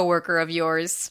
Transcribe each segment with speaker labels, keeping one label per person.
Speaker 1: coworker of yours.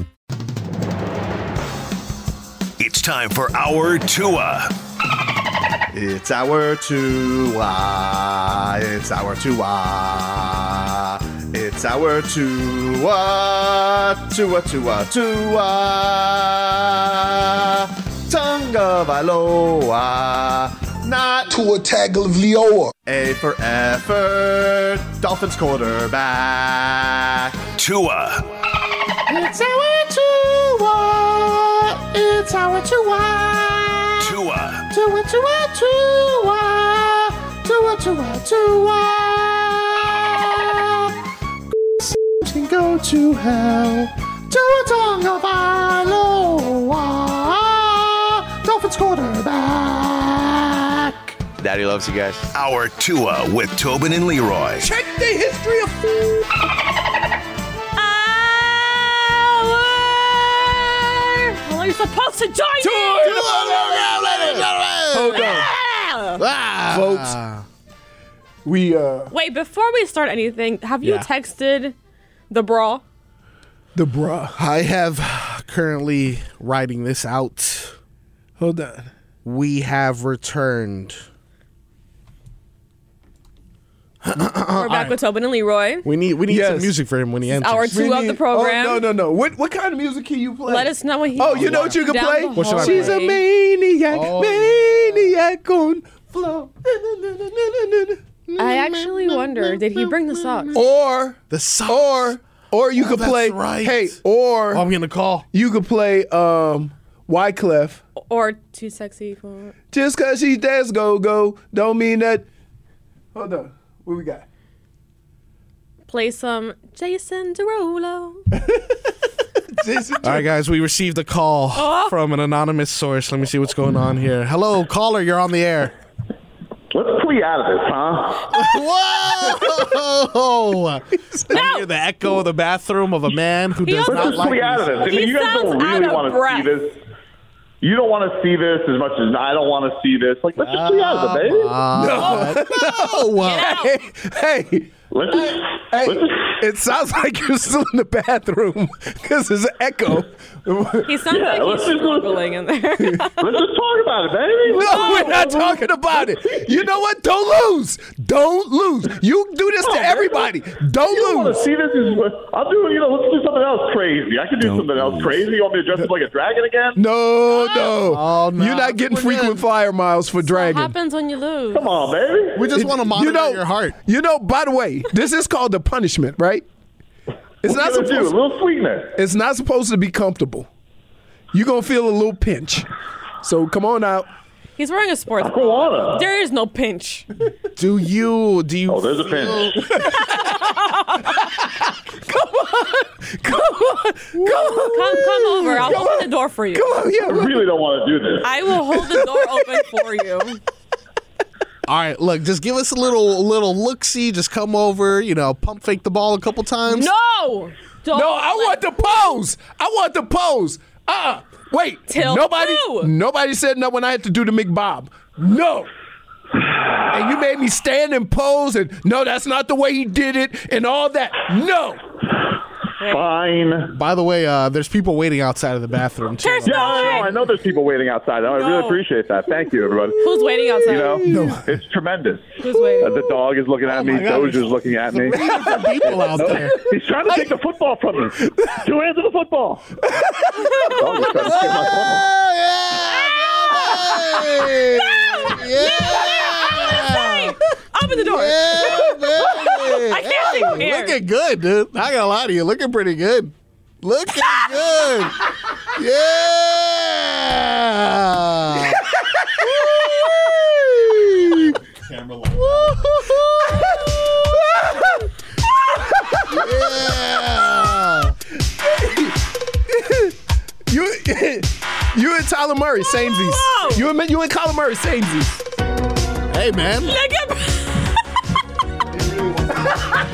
Speaker 2: It's time for our Tua.
Speaker 3: It's our Tua. It's our Tua. It's our Tua. Tua, Tua, Tua. Tongue of Aloha. Not
Speaker 4: to a Tagovailoa.
Speaker 3: A for effort. Dolphins quarterback.
Speaker 2: Tua.
Speaker 3: It's our Tua. It's our Tua.
Speaker 2: Tua.
Speaker 3: Tua, Tua, Tua. Tua, Tua, Tua. can go to hell. Tua Tongue of Aloha. Dolphins quarterback. Daddy loves you guys.
Speaker 2: Our Tua with Tobin and Leroy.
Speaker 4: Check the history of food.
Speaker 5: Well, you're supposed to join me.
Speaker 4: Folks, we, uh,
Speaker 5: Wait, before we start anything, have you
Speaker 4: Yeah.
Speaker 5: texted the brawl?
Speaker 4: the bruh.
Speaker 6: I have currently writing this out.
Speaker 4: Hold on.
Speaker 6: We have returned.
Speaker 5: We're back with Tobin and Leroy.
Speaker 6: We need we need some
Speaker 4: Yes.
Speaker 6: music for him when he enters.
Speaker 5: Our two of the program.
Speaker 4: Oh, no, no, no. What, what kind of music can you play?
Speaker 5: Let us know what he.
Speaker 4: Oh, you know what you can
Speaker 5: Down
Speaker 4: play?
Speaker 5: the What should I
Speaker 4: She's a
Speaker 5: play?
Speaker 4: maniac,
Speaker 6: Oh,
Speaker 4: maniac on flow.
Speaker 5: I actually wonder, did he bring the socks?
Speaker 4: Or
Speaker 6: the socks.
Speaker 4: or or you
Speaker 6: Oh,
Speaker 4: could
Speaker 6: that's
Speaker 4: play
Speaker 6: right.
Speaker 4: hey or
Speaker 6: Oh, I'm gonna call.
Speaker 4: you could play um Wyclef.
Speaker 5: Or too sexy for?
Speaker 4: Just cause she dance go go don't mean that. Hold on, what we got?
Speaker 5: Play some Jason Derulo.
Speaker 6: All right, guys, we received a call
Speaker 5: Uh-huh.
Speaker 6: from an anonymous source. Let me see what's going on here. Hello, caller, you're on the air.
Speaker 7: Let's pull you out of this, huh?
Speaker 6: Whoa! I
Speaker 5: No!
Speaker 6: hear the echo of the bathroom of a man who
Speaker 5: He
Speaker 6: does
Speaker 5: also-
Speaker 6: not
Speaker 7: Let's pull
Speaker 6: like.
Speaker 7: you out of
Speaker 6: music.
Speaker 7: this. I
Speaker 5: He
Speaker 7: mean, you guys
Speaker 5: sounds
Speaker 7: don't
Speaker 5: out
Speaker 7: really
Speaker 5: of
Speaker 7: want to see
Speaker 5: breath.
Speaker 7: this. You don't want to see this as much as I don't want to see this. Like, let's just pull you
Speaker 4: Ah,
Speaker 7: out of it, baby.
Speaker 6: Oh,
Speaker 4: Hey, hey,
Speaker 7: Let's just,
Speaker 4: hey!
Speaker 7: let's just.
Speaker 4: It sounds like you're still in the bathroom because there's an echo.
Speaker 5: He sounds
Speaker 7: Yeah,
Speaker 5: like
Speaker 7: let's
Speaker 5: he's
Speaker 7: just-
Speaker 5: struggling in there.
Speaker 7: Let's just talk about it, baby.
Speaker 4: No, we're not talking about it. You know what? Don't lose. Don't lose. You do this to everybody. Don't
Speaker 7: You don't want
Speaker 4: lose.
Speaker 7: to see this? Is I'll do. You know, let's do something else crazy. I can do something else crazy. You want me to dress up like a dragon again?
Speaker 4: No, no.
Speaker 6: Oh, no.
Speaker 4: You're not getting
Speaker 6: We're
Speaker 4: frequent
Speaker 6: good.
Speaker 4: flyer miles for
Speaker 5: What
Speaker 4: Dragon.
Speaker 5: happens when you lose?
Speaker 7: Come on, baby.
Speaker 6: We just want to monitor
Speaker 4: you know,
Speaker 6: your heart.
Speaker 4: You know, by the way, this is called the punishment, right? It's
Speaker 7: What
Speaker 4: not
Speaker 7: you gonna do? A
Speaker 4: supposed
Speaker 7: little sweetness.
Speaker 4: it's not supposed to be comfortable. You're gonna feel a little pinch. So come on out.
Speaker 5: He's wearing a sports bra.
Speaker 7: Aquawana.
Speaker 5: There is no pinch.
Speaker 6: Do you? Do you?
Speaker 7: Oh, there's a pinch.
Speaker 5: Come, come over. I'll open the door for you.
Speaker 4: Come on, yeah.
Speaker 7: I
Speaker 4: right.
Speaker 7: really don't want to do this.
Speaker 5: I will hold the door open for you.
Speaker 6: All right, look, just give us a little, little look. See, just come over. You know, pump fake the ball a couple times.
Speaker 5: No! Don't
Speaker 4: No, I want the pose. I want the pose. Uh uh Wait.
Speaker 5: Till
Speaker 4: nobody
Speaker 5: who?
Speaker 4: nobody said no when I had to do the McBob. No. And you made me stand and pose and no, that's not the way he did it and all that. No.
Speaker 8: Fine.
Speaker 6: By the way, uh, there's people waiting outside of the bathroom. Too.
Speaker 8: Yeah, I know. I know there's people waiting outside. I really appreciate that. Thank you, everybody.
Speaker 5: Who's waiting outside?
Speaker 8: You know, it's tremendous.
Speaker 5: Who's waiting?
Speaker 8: Uh, the dog is looking at
Speaker 4: Oh
Speaker 8: me.
Speaker 6: my God.
Speaker 8: Dozier is looking at me.
Speaker 6: people out there.
Speaker 8: He's trying to take the football from me. Two hands of the football. Dog is trying to take my football.
Speaker 4: Ah,
Speaker 5: Hey, open the door. I can't see
Speaker 6: Hey,
Speaker 5: here.
Speaker 6: Looking good, dude. Not gonna lie to you, looking pretty good. Looking good. Yeah. yeah.
Speaker 4: You, you and Tyler Murray, samesies.
Speaker 5: Whoa.
Speaker 4: You and you and Kyler Murray, samesies.
Speaker 6: Hey, man.
Speaker 5: Look at.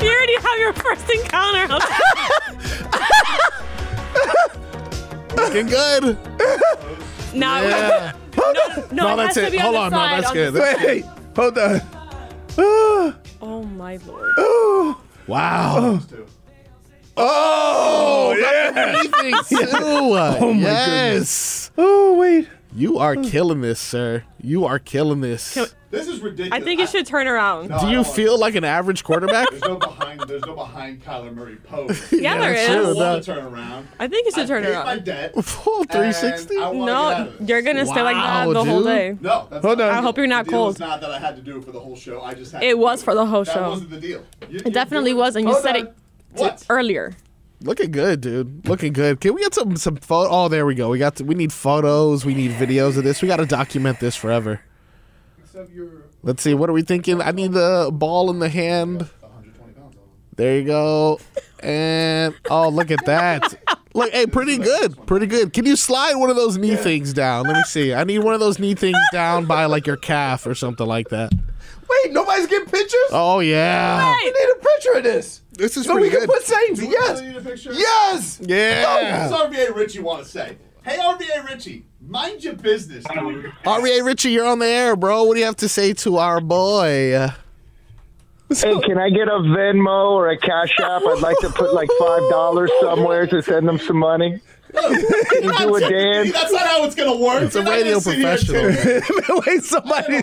Speaker 5: you already have your first encounter.
Speaker 6: Looking good.
Speaker 5: No,
Speaker 6: Yeah.
Speaker 5: no, it has to be
Speaker 6: Hold on.
Speaker 5: on, the
Speaker 6: No,
Speaker 5: side.
Speaker 6: that's
Speaker 5: on the-
Speaker 6: good. That's-
Speaker 4: Wait, hold on.
Speaker 5: Oh my lord.
Speaker 6: Wow.
Speaker 4: Oh, yeah.
Speaker 6: Anything too. Oh, my yes.
Speaker 4: Oh, wait.
Speaker 6: You are killing this, sir. You are killing this.
Speaker 7: This is ridiculous.
Speaker 5: I think you should turn around.
Speaker 6: Do you feel like an average quarterback?
Speaker 7: There's no behind. There's no behind Kyler Murray pose.
Speaker 5: Yeah,
Speaker 6: Yeah,
Speaker 5: there
Speaker 6: that's
Speaker 5: is.
Speaker 6: true.
Speaker 7: I
Speaker 6: that-
Speaker 7: want to turn around.
Speaker 5: I think you should turn
Speaker 7: I paid my
Speaker 5: around.
Speaker 7: debt.
Speaker 6: Full 360?
Speaker 7: and I wanna get out
Speaker 5: No,
Speaker 7: of this.
Speaker 5: you're gonna stay like that
Speaker 6: Wow,
Speaker 5: the whole
Speaker 6: dude.
Speaker 5: day.
Speaker 7: No, that's not
Speaker 4: Hold on.
Speaker 7: the
Speaker 4: I
Speaker 7: deal.
Speaker 5: hope you're not
Speaker 7: the deal
Speaker 5: cold.
Speaker 7: was not that I had to do it for the whole show. I just had
Speaker 5: It
Speaker 7: to
Speaker 5: was
Speaker 7: do
Speaker 5: for the whole
Speaker 7: that
Speaker 5: show.
Speaker 7: wasn't the deal. You-
Speaker 5: It definitely was, and you
Speaker 7: Hold
Speaker 5: said
Speaker 7: on.
Speaker 5: it
Speaker 7: What?
Speaker 5: earlier.
Speaker 6: Looking good, dude. Looking good. Can we get some some photo? Oh, there we go. We got. we need photos. We need videos of this. We got to document this forever.
Speaker 7: Except you're
Speaker 6: Let's see. What are we thinking? I need the ball in the hand.
Speaker 7: 120 pounds.
Speaker 6: There you go. And oh, look at that. Look, hey, pretty good. Pretty good. Can you slide one of those knee things down? Let me see. I need one of those knee things down by like your calf or something like that.
Speaker 4: Wait, nobody's getting pictures?
Speaker 6: Oh yeah.
Speaker 5: Hey,
Speaker 4: I need a picture of this.
Speaker 6: This is
Speaker 4: So we can put samesies.
Speaker 7: Do you need a
Speaker 4: Yes.
Speaker 7: picture?
Speaker 4: Yes.
Speaker 6: Yeah.
Speaker 7: What does RVA Richie want to say? Hey, RVA Richie, mind your business, dude.
Speaker 6: R.E.A. Richie, you're on the air, bro. What do you have to say to our boy?
Speaker 9: Hey, can I get a Venmo or a Cash App? I'd like to put like five dollars somewhere to send them some money. Can you do a dance?
Speaker 7: That's not how it's gonna work.
Speaker 6: It's a radio professional.
Speaker 4: wait, somebody.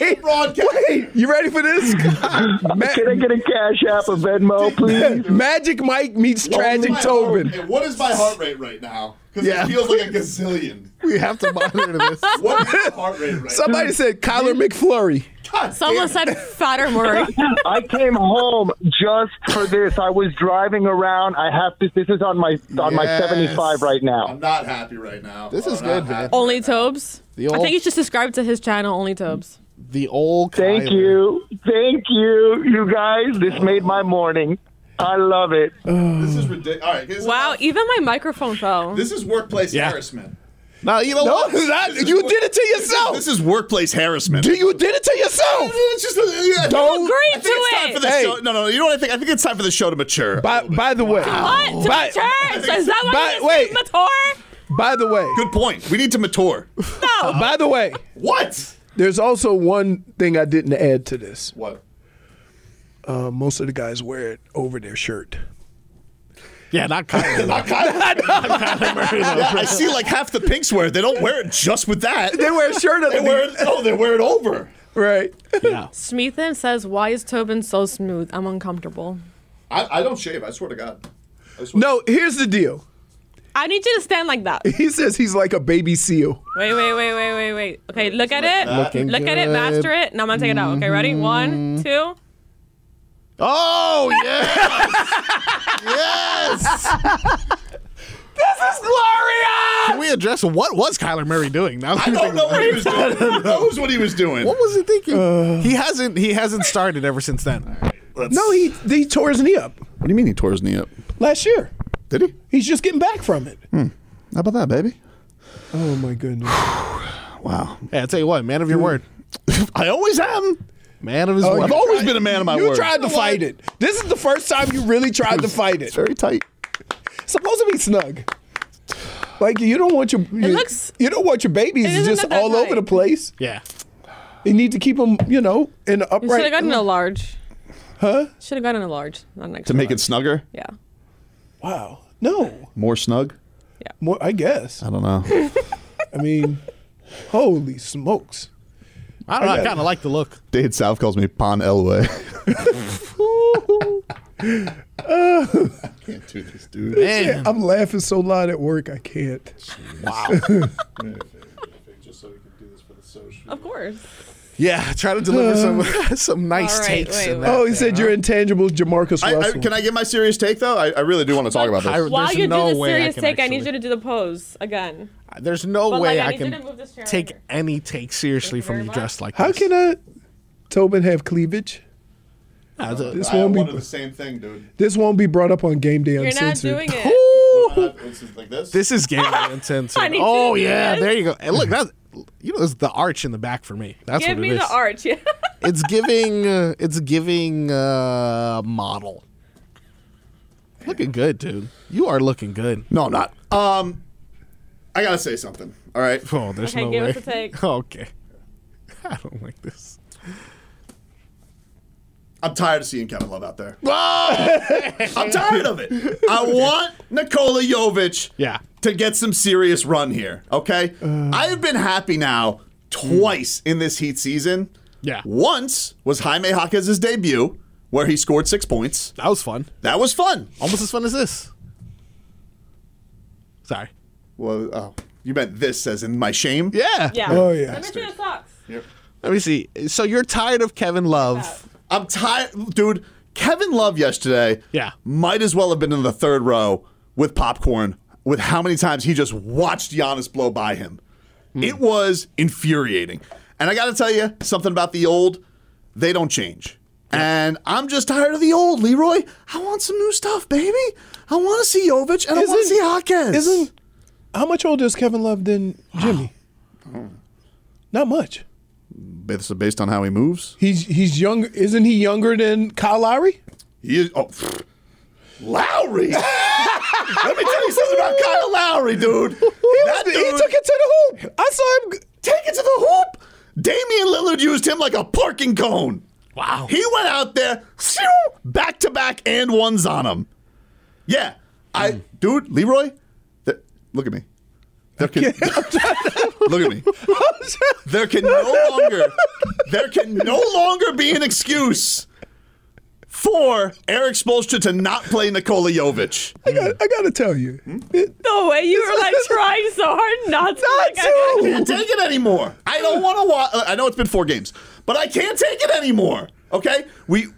Speaker 4: Wait.
Speaker 7: Broadcast.
Speaker 4: Wait. You ready for this? Ma-
Speaker 9: Can I get a Cash App, a Venmo, please?
Speaker 4: Magic Mike meets Tragic
Speaker 7: My heart-
Speaker 4: Tobin.
Speaker 7: and what is my heart rate right now? Because
Speaker 6: Yeah.
Speaker 7: it feels like a gazillion.
Speaker 6: We have to monitor this.
Speaker 7: What is my heart rate right now?
Speaker 4: Somebody said Kyler McFlurry.
Speaker 7: God
Speaker 5: someone
Speaker 7: damn it.
Speaker 5: said fatter Murray.
Speaker 9: I came home just for this. I was driving around. I have to. This is on my on my
Speaker 6: Yes.
Speaker 9: seventy five right now.
Speaker 7: I'm not happy right now.
Speaker 6: This
Speaker 7: I'm
Speaker 6: is
Speaker 7: not
Speaker 6: good,
Speaker 7: happy.
Speaker 6: man.
Speaker 5: Only Tobes.
Speaker 6: The
Speaker 5: I
Speaker 6: old-
Speaker 5: think you should subscribe to his channel, Only Tobes.
Speaker 6: The old
Speaker 9: Thank
Speaker 6: Kyler.
Speaker 9: you, thank you, you guys. This made my morning. I love it.
Speaker 6: Oh.
Speaker 7: This is ridiculous. All right. This,
Speaker 5: Wow, even my microphone fell.
Speaker 7: This is workplace
Speaker 6: Yeah.
Speaker 7: harassment.
Speaker 6: No, you know
Speaker 4: No,
Speaker 6: what?
Speaker 4: that, you did it to yourself.
Speaker 7: This is workplace harassment.
Speaker 4: Do you did it to yourself?
Speaker 7: It's just, yeah,
Speaker 4: Don't-
Speaker 5: Agree
Speaker 7: I
Speaker 5: to
Speaker 7: think it's time
Speaker 5: it.
Speaker 7: for the
Speaker 4: Hey.
Speaker 7: show. No, no, you know what I think? I think it's time for the show to mature. a
Speaker 4: By,
Speaker 7: little bit.
Speaker 4: by the way,
Speaker 5: What? To
Speaker 4: By-
Speaker 5: the church? Is that why
Speaker 4: By-
Speaker 5: you just mature?
Speaker 4: by the way, Uh,
Speaker 7: Good point. We need to mature.
Speaker 4: by the way,
Speaker 7: what?
Speaker 4: there's also one thing I didn't add to this.
Speaker 7: What?
Speaker 4: Uh, most of the guys wear it over their shirt.
Speaker 6: Yeah, not Kyler.
Speaker 7: I, yeah, I see like half the pinks wear it. They don't wear it just with that.
Speaker 4: They wear a shirt
Speaker 7: They wear it. Oh, they wear it over.
Speaker 4: right?
Speaker 5: Smeathan says, "Why is Tobin so smooth? I'm uncomfortable."
Speaker 7: I, I don't shave. I swear to God. I swear
Speaker 4: No, here's the deal.
Speaker 5: I need you to stand like that.
Speaker 4: He says he's like a baby seal.
Speaker 5: Wait, wait, wait, wait, wait, wait. Okay, look at it.
Speaker 6: Looking
Speaker 5: Look at it.
Speaker 6: good. Mm-hmm.
Speaker 5: Master it. Now I'm gonna take it out. Okay, ready? One, two.
Speaker 6: Oh yes, yes.
Speaker 4: This is glorious.
Speaker 6: Can we address what was Kyler Murray doing? Now that
Speaker 7: I
Speaker 6: you
Speaker 7: don't
Speaker 6: think
Speaker 7: know
Speaker 6: about
Speaker 7: what
Speaker 6: it.
Speaker 7: he was doing. Who knows what he was doing?
Speaker 6: What was he thinking? he hasn't. He hasn't started ever since then.
Speaker 4: No, Oh, he he tore his knee up
Speaker 7: What do you mean he tore his knee up?
Speaker 4: last year.
Speaker 7: Did he? Hmm.
Speaker 4: He's just getting back from it.
Speaker 7: How about that, baby?
Speaker 4: Oh my goodness.
Speaker 7: Wow.
Speaker 6: Yeah, I tell you what, man of your word,
Speaker 7: I always am.
Speaker 6: man of his word.
Speaker 7: I've always been a man of my
Speaker 4: you
Speaker 7: word.
Speaker 4: tried to fight it. This is the first time you really tried to fight
Speaker 7: It's
Speaker 4: it.
Speaker 7: very tight.
Speaker 4: Supposed to be snug. Like you don't want your, your-
Speaker 5: looks-
Speaker 4: you don't want your babies
Speaker 5: it isn't
Speaker 4: just
Speaker 5: that
Speaker 4: all over
Speaker 5: tight.
Speaker 4: the place.
Speaker 6: Yeah.
Speaker 4: You need to keep them, you know, in the
Speaker 5: You should have
Speaker 4: upright.
Speaker 5: gotten a large. Huh? Should have gotten a large. Not an extra
Speaker 7: To make it
Speaker 5: large.
Speaker 7: snugger?
Speaker 5: Yeah.
Speaker 4: Wow. No.
Speaker 7: More snug?
Speaker 4: Yeah. More, I guess.
Speaker 7: I don't know.
Speaker 4: I mean, holy smokes.
Speaker 6: I don't know. I kind of like the look.
Speaker 7: Dade South calls me Pon Elway.
Speaker 4: Uh,
Speaker 7: Can't do this, dude.
Speaker 4: yeah, I'm laughing so loud at work, I can't.
Speaker 5: Of course.
Speaker 6: Yeah, try to deliver some
Speaker 4: Uh,
Speaker 6: some nice
Speaker 4: all right,
Speaker 6: takes.
Speaker 4: wait,
Speaker 6: in
Speaker 4: wait.
Speaker 6: that
Speaker 4: Oh, he
Speaker 6: there,
Speaker 4: said
Speaker 6: huh?
Speaker 4: you're intangible, Jamarcus
Speaker 7: I, I,
Speaker 4: Russell.
Speaker 7: can I get my serious take though? I, I really do want to talk about this.
Speaker 5: While you do the serious take, I need you to do the pose again.
Speaker 6: There's no
Speaker 5: But,
Speaker 6: way
Speaker 5: like, I
Speaker 6: I,
Speaker 5: need you to move
Speaker 6: can
Speaker 5: this chair
Speaker 6: take any take seriously from you dressed like
Speaker 4: How
Speaker 6: this.
Speaker 4: can I, Tobin, have cleavage? this won't be
Speaker 7: same thing, dude.
Speaker 4: this won't be brought up on game day.
Speaker 5: You're not
Speaker 4: Uncensored.
Speaker 5: doing it.
Speaker 7: this.
Speaker 6: is game intense.
Speaker 5: I need you
Speaker 6: Oh
Speaker 5: to do
Speaker 6: yeah,
Speaker 5: this.
Speaker 6: there you go. And look, that's you know, it's the arch in the back for me. That's
Speaker 5: Give
Speaker 6: what
Speaker 5: me
Speaker 6: it is.
Speaker 5: the arch. Yeah.
Speaker 6: It's giving. Uh, it's giving uh, model. Looking good, dude. You are looking good.
Speaker 7: No, I'm not. Um, I gotta say something. All right.
Speaker 6: Oh, there's
Speaker 5: Okay,
Speaker 6: no
Speaker 5: give
Speaker 6: way.
Speaker 5: us a take.
Speaker 6: Okay. I don't like this.
Speaker 7: I'm tired of seeing Kevin Love out there. Ah! I'm tired of it. I want Nikola Jovic
Speaker 6: yeah. Uh.
Speaker 7: to get some serious run here, okay? I have been happy now twice in this Heat season.
Speaker 6: Yeah.
Speaker 7: Once was Jaime Jaquez's debut, where he scored six points.
Speaker 6: That was fun.
Speaker 7: That was fun.
Speaker 6: Almost as fun as this. Sorry.
Speaker 7: Well, oh, you meant this as in my shame?
Speaker 6: Yeah.
Speaker 5: Yeah.
Speaker 7: Oh, yeah.
Speaker 5: Let me see the socks.
Speaker 6: Let me see. So you're tired of Kevin Love.
Speaker 7: I'm tired, dude. Kevin Love yesterday,
Speaker 6: yeah,
Speaker 7: might as well have been in the third row with popcorn. With how many times he just watched Giannis blow by him,
Speaker 6: Hmm.
Speaker 7: it was infuriating. And I got to tell you something about the old; they don't change. And I'm just tired of the old, Leroy. I want some new stuff, baby. I want to see Jovic and I want to see Hawkins.
Speaker 4: Isn't how much older is Kevin Love than Jimmy? Not much.
Speaker 7: Based, based on how he moves,
Speaker 4: He's he's younger. Isn't he younger than Kyle Lowry?
Speaker 7: he is. Oh, pfft. Lowry. Let me tell you something about Kyle Lowry, dude. He,
Speaker 4: was- he took it to the hoop. I saw him g-
Speaker 7: take it to the hoop. Damian Lillard used him like a parking cone.
Speaker 6: Wow.
Speaker 7: He went out there, shoo, back to back and ones on him. Yeah.
Speaker 4: Hmm.
Speaker 7: I dude, Leroy, th- look at me. There can, look at me. There can no longer there can no longer be an excuse for Eric Spolstra to not play Nikola Jovic. Hmm?
Speaker 4: I got I gotta tell you.
Speaker 5: No way. You were like trying so hard not to. Not
Speaker 7: I can't take it anymore. I don't want to watch. I know it's been four games, but I can't take it anymore. Okay, we,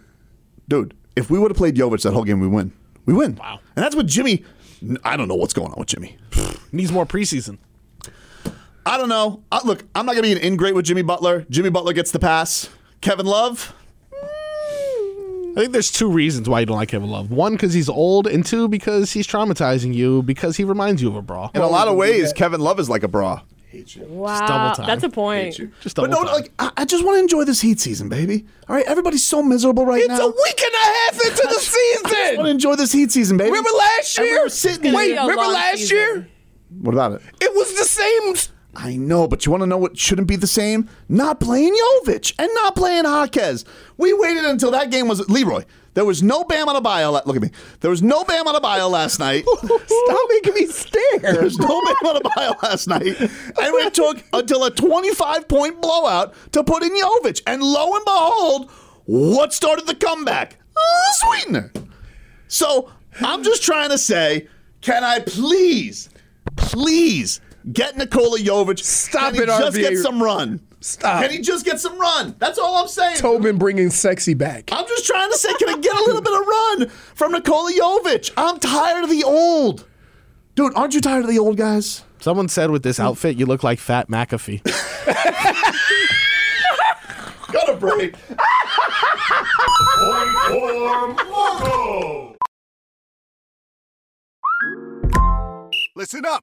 Speaker 7: dude, if we would have played Jovic that whole game, we win. We win. Wow. And that's what Jimmy. I don't know what's going on with Jimmy.
Speaker 6: Needs more preseason.
Speaker 7: I don't know. I, look, I'm not gonna be an ingrate with Jimmy Butler. Jimmy Butler gets the pass. Kevin Love.
Speaker 6: I think there's two reasons why you don't like Kevin Love. One, because he's old, and two, because he's traumatizing you because he reminds you of a bra.
Speaker 7: In a lot of ways, Kevin Love is like a bra.
Speaker 5: Wow.
Speaker 6: double time.
Speaker 5: That's a point.
Speaker 6: Just
Speaker 7: But
Speaker 6: double
Speaker 7: no,
Speaker 6: time.
Speaker 7: like I, I just want to enjoy this heat season, baby. All right, everybody's so miserable right now.
Speaker 3: It's a week and a half into the
Speaker 7: I just want to
Speaker 3: season.
Speaker 7: enjoy this heat season, baby.
Speaker 3: Remember last
Speaker 7: And we
Speaker 3: year?
Speaker 7: were sitting
Speaker 3: Wait,
Speaker 7: here-
Speaker 3: remember last year?
Speaker 7: What about it?
Speaker 3: It was the same.
Speaker 7: I know, but you want to know what shouldn't be the same? Not playing Jovic and not playing Jaquez. We waited until that game was Leroy. There was no Bam on a bio. Look at me. There was no Bam on a bio last night.
Speaker 3: Stop making me stare.
Speaker 7: There was no Bam on a bio last night, and it took until a 25 point blowout to put in Jovic. And lo and behold, what started the comeback? Uh, sweetener. So I'm just trying to say, can I please, please get Nikola Jovic? Stop can
Speaker 4: it,
Speaker 7: he Just
Speaker 4: RVA.
Speaker 7: get some run.
Speaker 4: Stop.
Speaker 7: Can he just get some run? That's all I'm saying.
Speaker 4: Tobin bringing sexy back.
Speaker 7: I'm just trying to say, can I get a little bit of run from Nikola Jovic? I'm tired of the old. Dude, aren't you tired of the old guys?
Speaker 6: Someone said with this outfit, you look like Fat McAfee.
Speaker 7: Got a break.
Speaker 10: Listen up.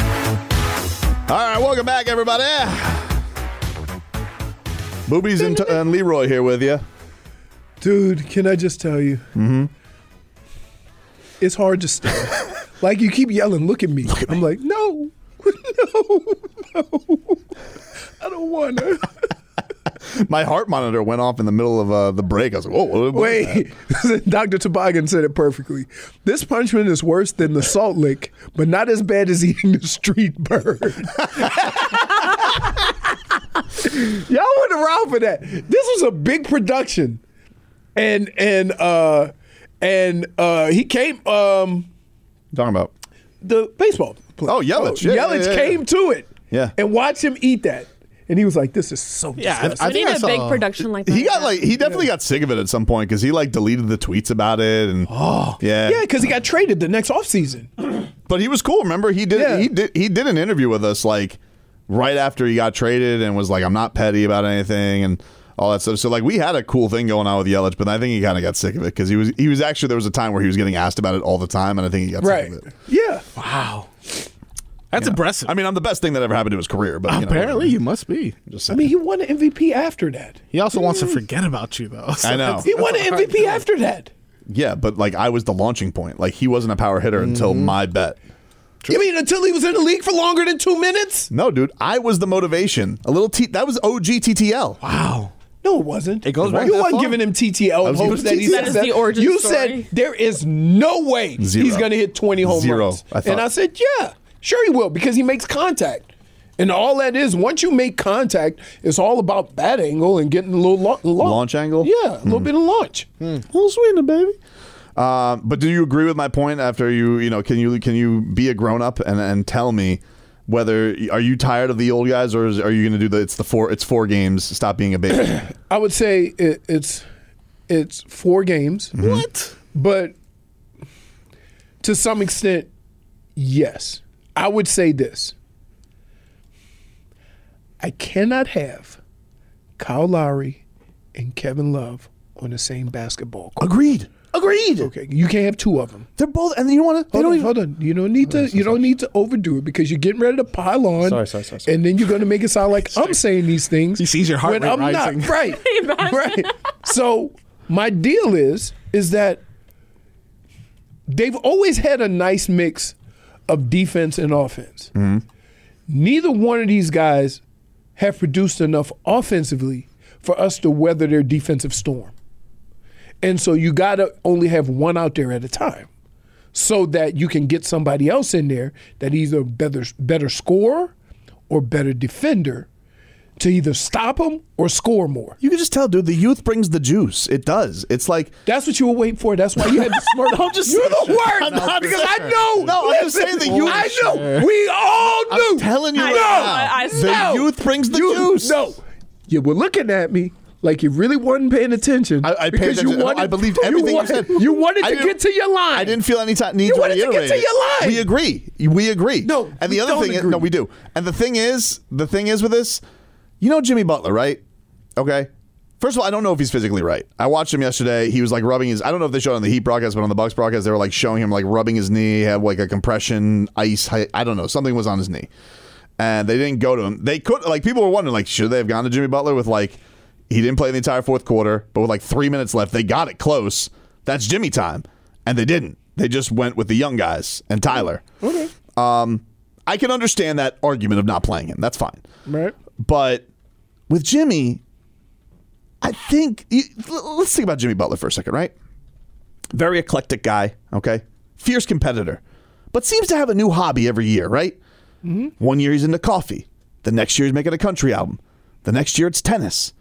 Speaker 7: All right, welcome back, everybody. Boobies and, and Leroy here with you.
Speaker 4: Dude, can I just tell you?
Speaker 7: Mm-hmm.
Speaker 4: It's hard to stop. like you keep yelling, look at me. I'm like, no, no, no. I don't want to.
Speaker 7: My heart monitor went off in the middle of uh, the break. I was like, whoa, whoa, whoa.
Speaker 4: Wait, Dr. Toboggan said it perfectly. This punishment is worse than the salt lick, but not as bad as eating the street bird. Y'all went around for that. This was a big production. And and uh and uh he came um
Speaker 7: talking about
Speaker 4: the baseball player.
Speaker 7: Oh, Yelich. Yeah, yeah,
Speaker 4: Yelich
Speaker 7: yeah, yeah.
Speaker 4: came to it.
Speaker 7: Yeah.
Speaker 4: And watched him eat that. And he was like, This is so
Speaker 5: Yeah,
Speaker 4: disgusting.
Speaker 5: we need a big production like that.
Speaker 7: He got like he definitely got sick of it at some point because he like deleted the tweets about it and oh yeah
Speaker 4: Yeah, because he got traded the next offseason.
Speaker 7: But he was cool. Remember, he did he did he did an interview with us like right after he got traded and was like, "I'm not petty about anything" and all that stuff. So like, we had a cool thing going on with Yelich, but I think he kind of got sick of it because he was he was actually there was a time where he was getting asked about it all the time, and I think he got
Speaker 4: Right.
Speaker 7: sick of it.
Speaker 4: Yeah.
Speaker 6: Wow. That's impressive. Ah,
Speaker 7: I mean, I'm the best thing that ever happened to his career, but you know,
Speaker 6: Apparently, you must be.
Speaker 4: I mean, he won an MVP after that.
Speaker 6: He also wants to forget about you, though.
Speaker 7: I know.
Speaker 4: He won an MVP after that.
Speaker 7: yeah, but like I was the launching point. Like he wasn't a power hitter until my bet.
Speaker 4: You mean until he was in the league for longer than two minutes?
Speaker 7: No, dude, I was the motivation. A little T. That was OG TTL.
Speaker 6: Wow.
Speaker 4: No, it wasn't. It
Speaker 7: goes back
Speaker 4: You
Speaker 7: that
Speaker 4: weren't
Speaker 7: far?
Speaker 4: giving him TTL
Speaker 7: I was
Speaker 4: hopes
Speaker 7: giving
Speaker 4: that he
Speaker 7: TTL. That is
Speaker 4: said
Speaker 7: the origin
Speaker 4: You
Speaker 7: story.
Speaker 4: said there is no way
Speaker 7: Zero.
Speaker 4: he's going to hit 20 home
Speaker 7: Zero,
Speaker 4: runs.
Speaker 7: I thought.
Speaker 4: and I said, yeah, sure he will because he makes contact. And all that is, once you make contact, it's all about that angle and getting a little lo- launch.
Speaker 7: Launch angle?
Speaker 4: Yeah, a
Speaker 7: Hmm.
Speaker 4: little bit of launch.
Speaker 7: Little sweetener, baby. Um, but do you agree with my point? After you, you know, can you can you be a grown up and, and tell me whether are you tired of the old guys or is, are you going to do the it's the four it's four games stop being a baby?
Speaker 4: I would say it, it's it's four games.
Speaker 7: Hmm.
Speaker 4: What? But to some extent, yes. I would say this. I cannot have Kyle Lowry and Kevin Love on the same basketball court.
Speaker 7: Agreed.
Speaker 4: Agreed. Okay, you can't have two of them.
Speaker 7: They're both, and you want to.
Speaker 4: Hold on, hold on. You don't need to. You don't need to overdo it because you're getting ready to pile on.
Speaker 7: Sorry, sorry, sorry,
Speaker 4: And then you're going to make it sound like I'm saying these things. He sees your
Speaker 6: heart
Speaker 4: when
Speaker 6: rate
Speaker 4: I'm
Speaker 6: rising.
Speaker 4: not right. right. So my deal is is that they've always had a nice mix of defense and offense. Neither one of these guys have produced enough offensively for us to weather their defensive storm. And so you got to only have one out there at a time so that you can get somebody else in there that either better better scorer or better defender to either stop them or score more.
Speaker 7: You can just tell, dude. The youth brings the juice. It does. It's like
Speaker 4: that's what you were waiting for. That's why you had the smart.
Speaker 7: I'm just
Speaker 4: You're the
Speaker 7: I'm
Speaker 4: worst
Speaker 7: not-
Speaker 4: because I know.
Speaker 7: No, I'm just
Speaker 4: Listen,
Speaker 7: saying the youth.
Speaker 4: I know. We all
Speaker 7: I'm
Speaker 4: knew.
Speaker 7: telling you
Speaker 4: Oh, No.
Speaker 7: right now, I- I the know. youth brings the
Speaker 4: You-
Speaker 7: juice.
Speaker 4: No, you were looking at me. Like you really wasn't paying attention.
Speaker 7: I, I paid
Speaker 4: because you
Speaker 7: attention.
Speaker 4: wanted,
Speaker 7: I believed
Speaker 4: you
Speaker 7: everything you,
Speaker 4: wanted-
Speaker 7: said.
Speaker 4: You wanted
Speaker 7: I
Speaker 4: to
Speaker 7: didn't-
Speaker 4: get to your line.
Speaker 7: I didn't feel any time need
Speaker 4: You
Speaker 7: to
Speaker 4: wanted to get
Speaker 7: reiterate
Speaker 4: to
Speaker 7: it.
Speaker 4: your line.
Speaker 7: We agree. We agree. No, and
Speaker 4: we
Speaker 7: the other
Speaker 4: don't
Speaker 7: thing is,
Speaker 4: agree.
Speaker 7: no, we do. And the thing is, the thing is with this, you know Jimmy Butler, right? Okay, First of all, I don't know if he's physically right. I watched him yesterday. He was like rubbing his. I don't know if they showed it on the Heat broadcast, but on the Bucks broadcast, they were like showing him like rubbing his knee, had like a compression ice. I I don't know. Something was on his knee, and they didn't go to him. They could like people were wondering like should they have gone to Jimmy Butler with like he didn't play the entire fourth quarter, but with like three minutes left, they got it close. That's Jimmy time, and they didn't. They just went with the young guys and Tyler.
Speaker 4: Okay.
Speaker 7: Um, I can understand that argument of not playing him. That's fine.
Speaker 4: Right.
Speaker 7: But with Jimmy, I think you, l- let's think about Jimmy Butler for a second, right? Very eclectic guy, okay? Fierce competitor, but seems to have a new hobby every year, right? One year he's into coffee. The next year he's making a country album. The next year it's tennis.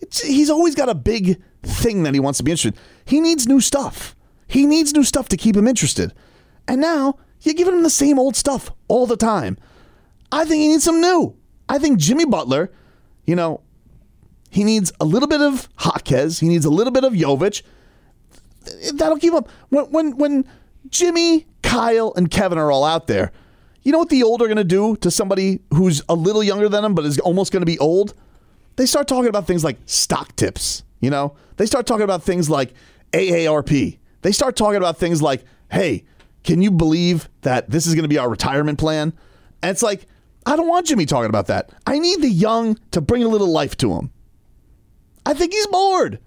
Speaker 7: It's, he's always got a big thing that he wants to be interested. He needs new stuff. He needs new stuff to keep him interested. And now you're giving him the same old stuff all the time. I think he needs some new. I think Jimmy Butler, you know, he needs a little bit of Jaquez. He needs a little bit of Jovic. Th- That'll keep up. When when when Jimmy, Kyle, and Kevin are all out there, you know what the old are going to do to somebody who's a little younger than them but is almost going to be old? They start talking about things like stock tips. You know, they start talking about things like AARP. They start talking about things like, hey, can you believe that this is going to be our retirement plan? And it's like, I don't want Jimmy talking about that. I need the young to bring a little life to him. I think he's bored.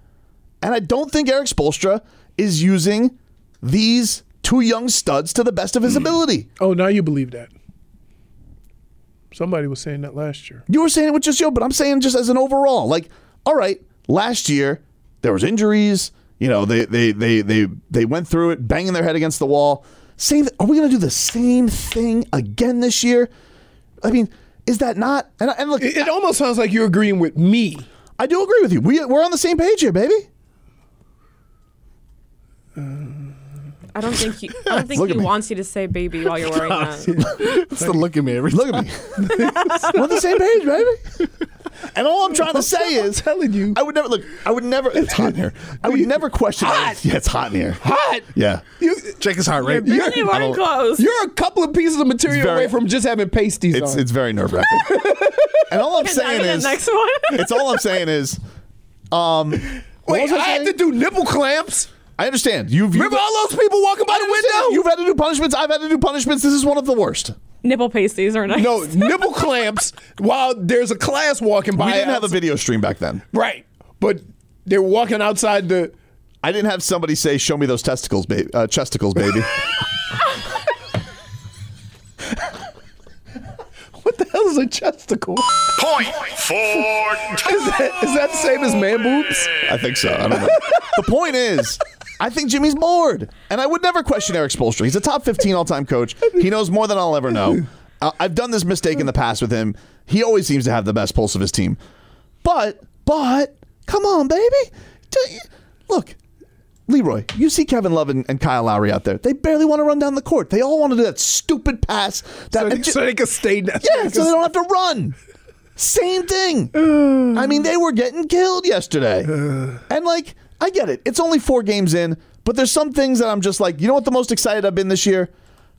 Speaker 7: And I don't think Eric Spolstra is using these two young studs to the best of his ability.
Speaker 4: Oh, now you believe that. Somebody was saying that last year.
Speaker 7: You were saying it with just yo, but I'm saying just as an overall. Like, all right, last year there was injuries. You know, they they they they they went through it, banging their head against the wall. Same. Are we going to do the same thing again this year? I mean, is that not? And, and look,
Speaker 4: it, it almost sounds like you're agreeing with me.
Speaker 7: I do agree with you. We we're on the same page here, baby.
Speaker 5: I don't think he, I don't think
Speaker 7: Look
Speaker 5: he
Speaker 7: at me.
Speaker 5: wants you to say baby while you're wearing that.
Speaker 7: It's the look at me. Look at me. We're on the same page, baby. And all I'm trying to say is,
Speaker 4: telling you,
Speaker 7: I would never look. I would never. It's hot in here. I would never question. Hot. Yeah, it's hot in here. Hot. Yeah.
Speaker 4: You,
Speaker 7: Check his heart rate.
Speaker 4: You're-
Speaker 7: I don't-
Speaker 4: You're a couple of pieces of material
Speaker 7: very-
Speaker 4: away from just having pasties
Speaker 7: It's
Speaker 4: on.
Speaker 7: it's very nerve wracking. and all I'm
Speaker 4: Is that
Speaker 7: saying
Speaker 4: the
Speaker 7: is,
Speaker 4: next one?
Speaker 7: it's all I'm saying is, um, wait, I, had to
Speaker 4: do nipple clamps.
Speaker 7: I understand. You've
Speaker 4: Remember all those people walking by the window?
Speaker 7: You've had to do punishments. I've had to do punishments. This is one of the worst.
Speaker 5: Nipple pasties are nice.
Speaker 4: No, nipple clamps while there's a class walking by.
Speaker 7: We didn't have a
Speaker 4: outside-
Speaker 7: video stream back then.
Speaker 4: Right. But they're walking outside the.
Speaker 7: I didn't have somebody say, "Show me those testicles, baby, uh, chesticles, baby."
Speaker 4: What the hell is a chesticle?
Speaker 11: Point for
Speaker 4: Is that, is that the same as man boobs?
Speaker 7: I think so. I don't know. the point is, I think Jimmy's bored, and I would never question Eric Spoelstra. He's a top fifteen all-time coach. He knows more than I'll ever know. Uh, I've done this mistake in the past with him. He always seems to have the best pulse of his team. But, but, come on, baby. Do you- Look, Leroy, you see Kevin Love and, and Kyle Lowry out there. They barely want to run down the court. They all want to do that stupid pass. That, and ju-
Speaker 4: So they can stay down.
Speaker 7: yeah, so they don't have to run. Same thing. I mean, they were getting killed yesterday. And like, I get it. It's only four games in, but there's some things that I'm just like, you know what the most excited I've been this year?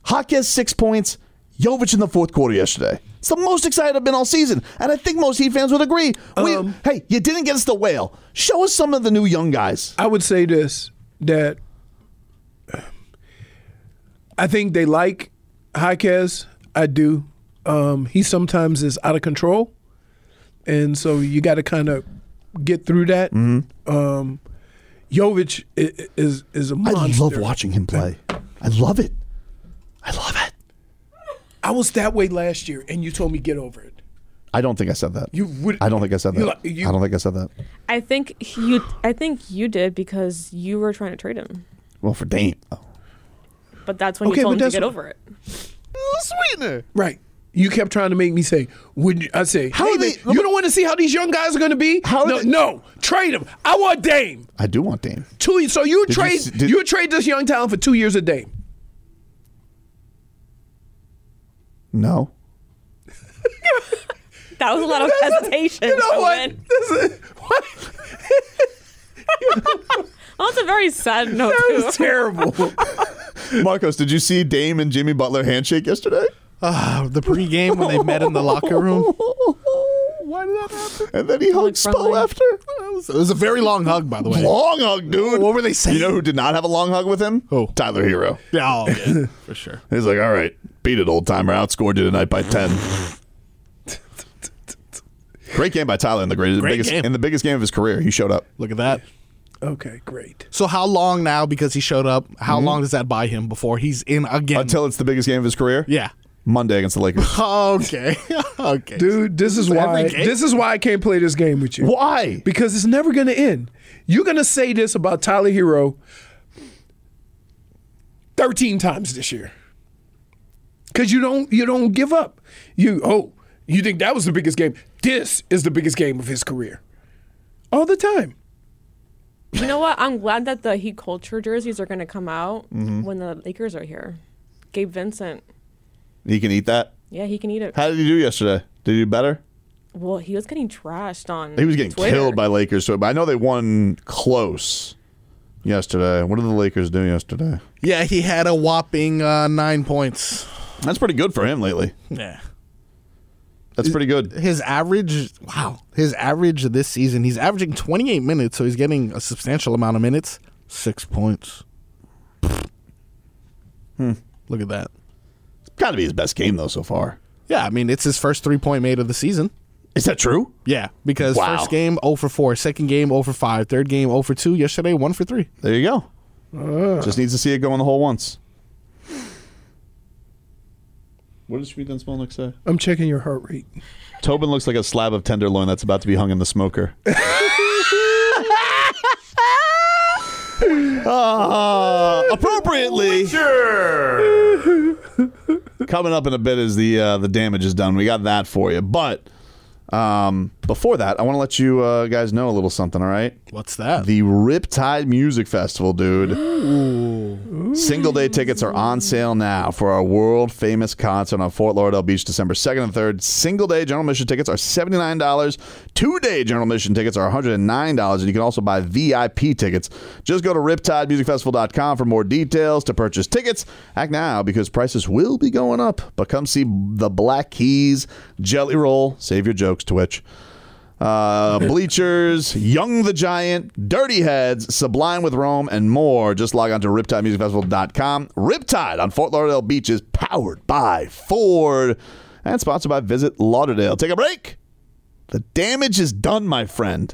Speaker 7: Jaquez six points, Jovic in the fourth quarter yesterday. It's the most excited I've been all season. And I think most Heat fans would agree. We,
Speaker 4: Um.
Speaker 7: hey, you didn't get us the whale. Show us some of the new young guys.
Speaker 4: I would say this that I think they like Jaquez. I do. Um, he sometimes is out of control, and so you got to kind of get through that.
Speaker 7: Mm-hmm.
Speaker 4: Um, Jovic i- i- is is a monster.
Speaker 7: I love watching him play. I love it.
Speaker 4: I was that way last year, and you told me get over it.
Speaker 7: I don't think I said that.
Speaker 4: You would.
Speaker 7: I don't think I said
Speaker 4: You
Speaker 7: that.
Speaker 4: li- you-
Speaker 7: I don't think I said that.
Speaker 5: I think you I think you did because you were trying to trade him.
Speaker 7: Well, for Dame.
Speaker 5: But that's when
Speaker 4: Okay,
Speaker 5: you
Speaker 4: but
Speaker 5: told him to
Speaker 4: that's
Speaker 5: get
Speaker 4: what-
Speaker 5: over it.
Speaker 7: sweetener.
Speaker 4: Right. You kept trying to make me say, "Would you, I say? How hey, man, you don't want to see how these young guys are going to be? How no, no, trade them. I want Dame.
Speaker 7: I do want Dame.
Speaker 4: Two. So you
Speaker 7: Did you
Speaker 4: trade
Speaker 7: s-
Speaker 4: you,
Speaker 7: did-
Speaker 4: trade this young talent for two years a Dame.
Speaker 7: No.
Speaker 5: That was a lot of hesitation.
Speaker 4: You know what?
Speaker 5: Tobin. Well, that's a very sad note.
Speaker 4: That
Speaker 5: too.
Speaker 4: was terrible.
Speaker 7: Marcos, did you see Dame and Jimmy Butler handshake yesterday?
Speaker 6: Ah, the pregame when they met in the locker room.
Speaker 7: And then he hugged Spo after. That
Speaker 6: So it was a very long hug, by the way.
Speaker 7: Long hug, dude.
Speaker 6: What were they saying?
Speaker 7: You know who did not have a long hug with him? Oh, Tyler Hero.
Speaker 6: Yeah, oh, yeah, for sure.
Speaker 7: He's like, all right, beat it, old timer. Outscored you tonight by ten. Great game by Tyler in the greatest,
Speaker 6: Great
Speaker 7: biggest,
Speaker 6: game.
Speaker 7: in the biggest game of his career. He showed up.
Speaker 6: Look at that.
Speaker 4: Okay, great.
Speaker 6: So how long now? Because he showed up. How long does that buy him before he's in again?
Speaker 7: Mm-hmm. Until it's the biggest game of his career.
Speaker 6: Yeah. Oh,
Speaker 7: Monday against the Lakers.
Speaker 6: okay, okay,
Speaker 4: dude. This is
Speaker 6: Every
Speaker 4: why.
Speaker 6: game?
Speaker 4: This is why I can't play this game with you.
Speaker 7: Why?
Speaker 4: Because it's never going to end. You're going to say this about Tyler Hero thirteen times this year. Because you don't you don't give up. You oh you think that was the biggest game. This is the biggest game of his career, all the time.
Speaker 5: You know what? I'm glad that the Heat culture jerseys are going to come out
Speaker 7: Mhm.
Speaker 5: when the Lakers are here. Gabe Vincent.
Speaker 7: He can eat that.
Speaker 5: Yeah, he can eat it.
Speaker 7: How did he do yesterday? Did he do better?
Speaker 5: Well, he was getting trashed on.
Speaker 7: He was getting
Speaker 5: Twitter.
Speaker 7: killed by Lakers. So, but I know they won close yesterday. What did the Lakers do yesterday?
Speaker 6: Yeah, he had a whopping uh, nine points.
Speaker 7: That's pretty good for him lately.
Speaker 6: Yeah.
Speaker 7: That's pretty good.
Speaker 6: His average, wow, his average this season, he's averaging 28 minutes, so he's getting a substantial amount of minutes. Six points.
Speaker 7: Hmm.
Speaker 6: Look at that.
Speaker 7: It's got to be his best game though so far.
Speaker 6: Yeah, I mean, it's his first three point made of the season.
Speaker 7: Is that true?
Speaker 6: Yeah, because
Speaker 7: Wow.
Speaker 6: first game 0 for 4, second game 0 for 5, third game 0 for 2, yesterday 1 for 3.
Speaker 7: There you go. Just needs to see it go in the hole once. What does Sweet and Smolnik say?
Speaker 4: I'm checking your heart rate.
Speaker 7: Tobin looks like a slab of tenderloin that's about to be hung in the smoker. Uh, appropriately. Sure. Coming up in a bit is the uh, the damage is done. We got that for you, but um, before that, I want to let you uh, guys know a little something. All right,
Speaker 6: what's that?
Speaker 7: The Riptide Music Festival, dude. Single day tickets are on sale now for our world famous concert on Fort Lauderdale Beach, December second and third. Single day general admission tickets are seventy nine dollars. Two day general admission tickets are one hundred and nine dollars, and you can also buy VIP tickets. Just go to riptidemusicfestival.com for more details to purchase tickets. Act now because prices will be going up. But come see the Black Keys, Jelly Roll, Save Your Jokes, Twitch uh, Bleachers, Young the Giant, Dirty Heads, Sublime with Rome, and more. Just log on to RiptideMusicFestival.com. Riptide on Fort Lauderdale Beach is powered by Ford and sponsored by Visit Lauderdale. Take a break. The damage is done, my friend,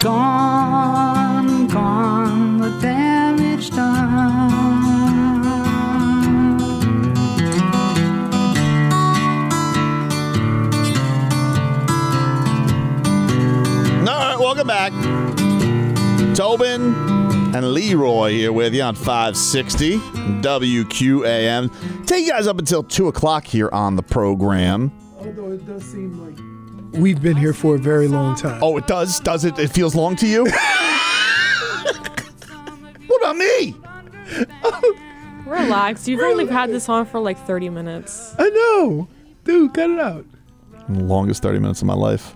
Speaker 12: Gone, gone, the damage done.
Speaker 7: All right, welcome Tobin and Leroy here with you on 560 WQAM. Take you guys up until 2 o'clock here on the program.
Speaker 4: Although it does seem like we've been here for a very long time.
Speaker 7: Oh, it does? Does it? It feels long to you? what about me?
Speaker 5: Relax. You've only had this on for like 30 minutes.
Speaker 4: I know. Dude, cut it out.
Speaker 7: Longest 30 minutes of my life.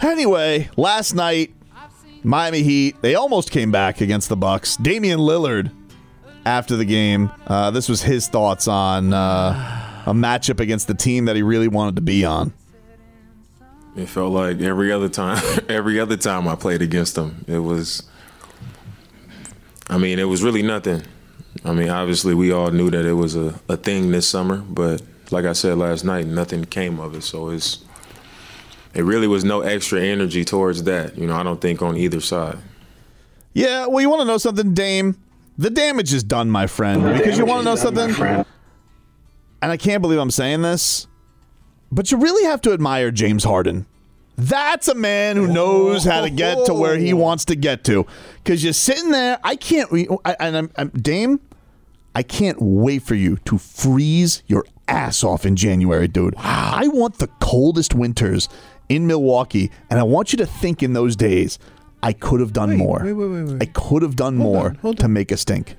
Speaker 7: Anyway, last night, Miami Heat, they almost came back against the Bucks. Damian Lillard, after the game, uh, this was his thoughts on uh, a matchup against the team that he really wanted to be on.
Speaker 1: It felt like every other time, every other time I played against them, it was. I mean, it was really nothing. I mean, obviously, we all knew that it was a, a thing this summer, but like I said last night, nothing came of it. So it's it really was no extra energy towards that. You know, I don't think on either side.
Speaker 7: Yeah, well, you want to know something, Dame? The damage is done, my friend. because you want to know something? And I can't believe I'm saying this, but you really have to admire James Harden. That's a man who knows how to get to where
Speaker 4: Oh.
Speaker 7: he wants to get to. Because you're sitting there, I can't. Re- I, and I'm, I'm Dame. I can't wait for you to freeze your ass off in January, dude. I want the coldest winters in Milwaukee, and I want you to think in those days, I could have done more.
Speaker 4: Wait, wait, wait, wait.
Speaker 7: I could have done more to make a stink.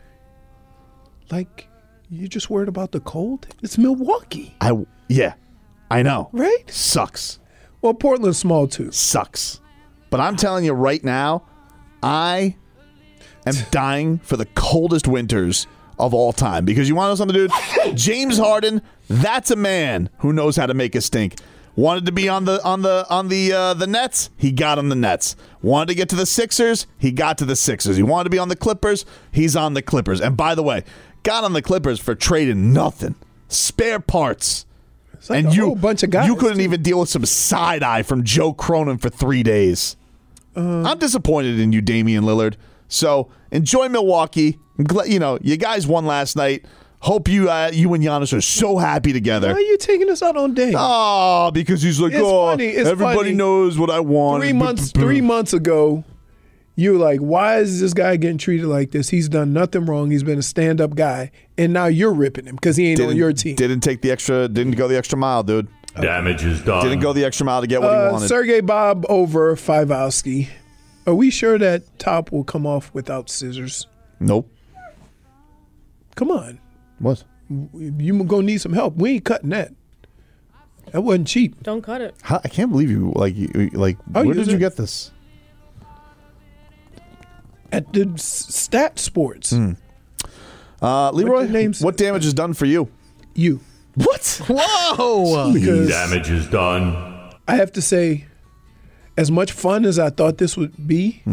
Speaker 4: Like, you just worried about the cold? It's Milwaukee.
Speaker 7: I yeah, I know.
Speaker 4: Right?
Speaker 7: Sucks.
Speaker 4: Well, Portland's small too.
Speaker 7: Sucks. But I'm telling you right now, I am dying for the coldest winters of all time because you want to know something, dude? James Harden, that's a man who knows how to make a stink. Wanted to be on the on the on the uh, the Nets, he got on the Nets. Wanted to get to the Sixers, he got to the Sixers. He wanted to be on the Clippers, he's on the Clippers. And by the way, got on the Clippers for trading nothing, spare parts. and you bunch of guys. You couldn't even deal with some side eye from Joe Cronin for three days. I'm disappointed in you, Damian Lillard. So enjoy Milwaukee. I'm glad you know you guys won last night. Hope you uh, you and Giannis are so happy together.
Speaker 4: Why are you taking us out on Dame?
Speaker 7: Oh, because he's like,
Speaker 4: It's
Speaker 7: oh,
Speaker 4: funny, it's
Speaker 7: everybody
Speaker 4: funny.
Speaker 7: knows what I want.
Speaker 4: three months three months ago you were like why is this guy getting treated like this he's done nothing wrong he's been a stand-up guy and now you're ripping him because he ain't on
Speaker 7: Didn't-
Speaker 4: your team
Speaker 7: Didn't take the extra. Didn't go the extra mile, dude.
Speaker 13: Damage is done.
Speaker 7: Didn't go the extra mile to get what he
Speaker 4: uh,
Speaker 7: wanted.
Speaker 4: sergey bob over Fivowski. are we sure that top will come off without scissors
Speaker 7: nope.
Speaker 4: come on
Speaker 7: what
Speaker 4: you gonna need some help we ain't cutting that that wasn't cheap
Speaker 5: don't cut it
Speaker 7: How, I can't believe you. Like, you, like,
Speaker 4: I'll
Speaker 7: where
Speaker 4: use
Speaker 7: did you
Speaker 4: it.
Speaker 7: get this?
Speaker 4: at the s- stat sports
Speaker 7: Hmm. Uh, Leroy, what, damage is done for you?
Speaker 4: You.
Speaker 7: What?
Speaker 4: Whoa!
Speaker 13: Damage is done.
Speaker 4: I have to say, as much fun as I thought this would be,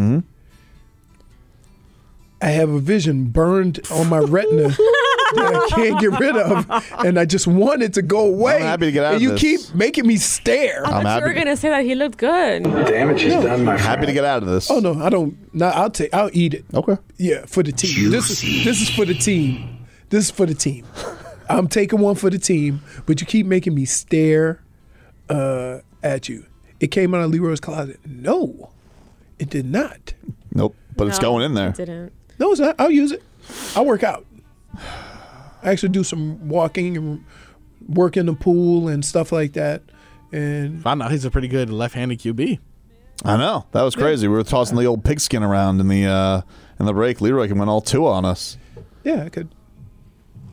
Speaker 4: I have a vision burned on my retina that I can't get rid of, and I just want it to go away. I'm happy to get
Speaker 7: out
Speaker 4: And
Speaker 7: of
Speaker 4: you
Speaker 7: this.
Speaker 4: keep making me stare.
Speaker 5: I thought you were going to say that he looked good.
Speaker 4: No.
Speaker 7: happy to get out of this.
Speaker 4: Oh no, I don't. No, I'll take. I'll eat it.
Speaker 7: Okay.
Speaker 4: Yeah, for the team. This is this is for the team. This is for the team. I'm taking one for the team, but you keep making me stare uh, at you. It came out of Leroy's closet. No, it did not.
Speaker 7: Nope. But it's
Speaker 4: No,
Speaker 7: going in there.
Speaker 4: it No, it's not. I'll use it. I work out. I actually do some walking and work in the pool and stuff like that. And
Speaker 6: I know Ah, he's a pretty good left-handed QB.
Speaker 7: I know that was crazy. We were tossing the old pigskin around in the uh, in the break. Leroy went all two on us.
Speaker 4: yeah, I could,